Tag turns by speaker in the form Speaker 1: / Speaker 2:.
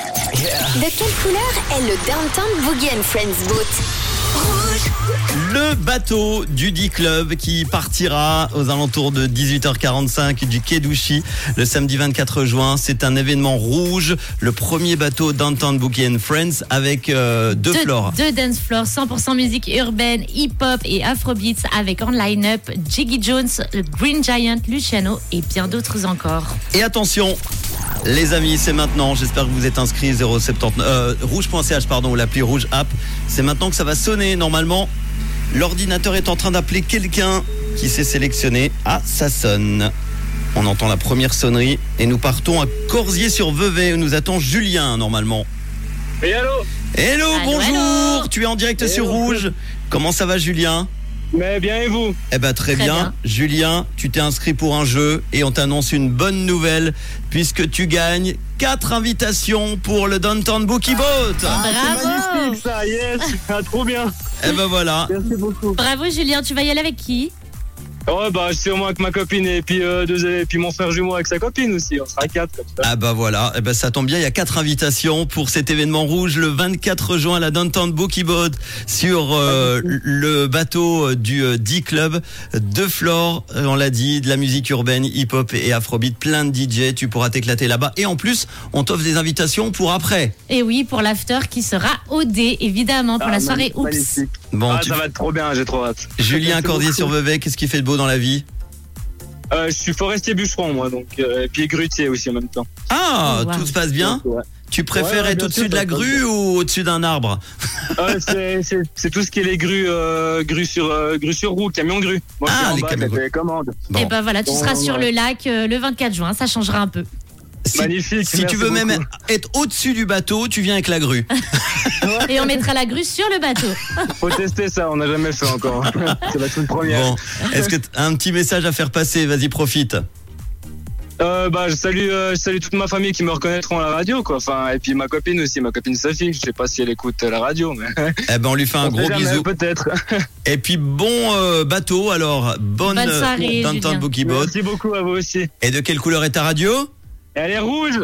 Speaker 1: De quelle couleur est le Downtown Boogie and Friends Boot Rouge
Speaker 2: Le bateau du D Club qui partira aux alentours de 18h45 du Quai d'Ouchy le samedi 24 juin. C'est un événement rouge, le premier bateau d'Antoine Bookie and Friends avec euh, deux
Speaker 3: deux,
Speaker 2: flores.
Speaker 3: deux dance floors, 100% musique urbaine, hip-hop et afrobeats avec en line-up Jiggy Jones, Green Giant, Luciano et bien d'autres encore.
Speaker 2: Et attention les amis, c'est maintenant. J'espère que vous êtes inscrits 079 euh, rouge.ch pardon ou l'appli rouge app. C'est maintenant que ça va sonner. Normalement, l'ordinateur est en train d'appeler quelqu'un qui s'est sélectionné. Ah, ça sonne. On entend la première sonnerie et nous partons à Corsier-sur-Vevey où nous attend Julien normalement.
Speaker 4: Et allô
Speaker 2: Hello,
Speaker 3: Allô,
Speaker 2: bonjour.
Speaker 3: allô.
Speaker 2: Tu es en direct sur Rouge. Comment ça va Julien
Speaker 4: Mais bien et vous
Speaker 2: eh ben très,
Speaker 3: Très
Speaker 2: bien.
Speaker 3: bien.
Speaker 2: Julien, tu t'es inscrit pour un jeu et on t'annonce une bonne nouvelle puisque tu gagnes quatre invitations pour le Downtown Bookie Boat.
Speaker 3: Bravo
Speaker 4: Ah, Magnifique ça, yes Ah, Trop bien
Speaker 2: Eh ben voilà.
Speaker 4: Merci beaucoup
Speaker 3: Bravo Julien, tu vas y aller avec qui
Speaker 4: Ouais, bah, c'est au moins avec ma copine et puis, euh, deux, et puis mon frère jumeau avec sa copine aussi. On sera quatre comme ça.
Speaker 2: Ah bah voilà, eh ben ça tombe bien, il y a quatre invitations pour cet événement rouge le 24 juin à la Downtown Bookie Boat sur euh, le bateau euh, du euh, D-Club de Flore, euh, on l'a dit, de la musique urbaine, hip-hop et afrobeat, plein de DJ, tu pourras t'éclater là-bas et en plus, on t'offre des invitations pour après.
Speaker 3: Et Eh oui, pour l'after qui sera OD, évidemment, pour
Speaker 4: Ah,
Speaker 3: la soirée
Speaker 4: magnifique,
Speaker 3: Oups.
Speaker 4: magnifique.
Speaker 2: Bon,
Speaker 4: Ah,
Speaker 2: tu-
Speaker 4: ça va être trop bien, j'ai trop hâte.
Speaker 2: Julien
Speaker 4: Merci
Speaker 2: Cordier
Speaker 4: beaucoup.
Speaker 2: sur Vevey, qu'est-ce qui fait de beau dans la vie
Speaker 4: Euh, je suis forestier bûcheron, moi, donc, euh, et puis grutier aussi en même temps.
Speaker 2: Ah,
Speaker 3: Oh, wow.
Speaker 2: tout se passe bien
Speaker 4: Ouais.
Speaker 2: Tu préfères
Speaker 4: ouais,
Speaker 2: être
Speaker 4: bien
Speaker 2: au-dessus
Speaker 4: sûr,
Speaker 2: de la
Speaker 4: ça se passe
Speaker 2: grue ou au-dessus d'un arbre
Speaker 4: Euh, c'est- c'est c'est tout ce qui est les grues, euh, grues sur, euh, grues sur roue, camion grue. Moi,
Speaker 2: Ah,
Speaker 4: je suis en
Speaker 2: les
Speaker 4: bas,
Speaker 2: camions
Speaker 4: je
Speaker 2: grues.
Speaker 4: les commande.
Speaker 2: Bon.
Speaker 3: Et ben voilà, tu
Speaker 4: Bon,
Speaker 3: seras
Speaker 4: ouais.
Speaker 3: sur le lac euh, le 24 juin, ça changera un peu.
Speaker 2: Si-
Speaker 4: Magnifique.
Speaker 2: Si tu
Speaker 4: merci
Speaker 2: veux même
Speaker 4: beaucoup.
Speaker 2: être au-dessus du bateau, tu viens avec la grue.
Speaker 3: Et on mettra la grue sur le bateau.
Speaker 4: Faut tester ça, on n'a jamais fait encore. ça va être une première.
Speaker 2: Bon, est-ce que t'as un petit message à faire passer Vas-y, profite.
Speaker 4: Euh, bah, je salue, euh, je salue toute ma famille qui me reconnaîtront à la radio, quoi. Enfin, et puis ma copine aussi, ma copine Sophie. Je sais pas si elle écoute euh, la radio, mais.
Speaker 2: Eh ben, on lui fait un
Speaker 4: On sait
Speaker 2: gros
Speaker 4: jamais,
Speaker 2: bisou.
Speaker 4: Peut-être.
Speaker 2: Et puis, bon euh, bateau, alors. Bonne,
Speaker 3: Bonne soirée,
Speaker 2: euh, Downtown
Speaker 3: Julien.
Speaker 2: Bookie Boat.
Speaker 4: Merci beaucoup à vous aussi.
Speaker 2: Et de quelle couleur est ta radio
Speaker 4: Et elle est rouge.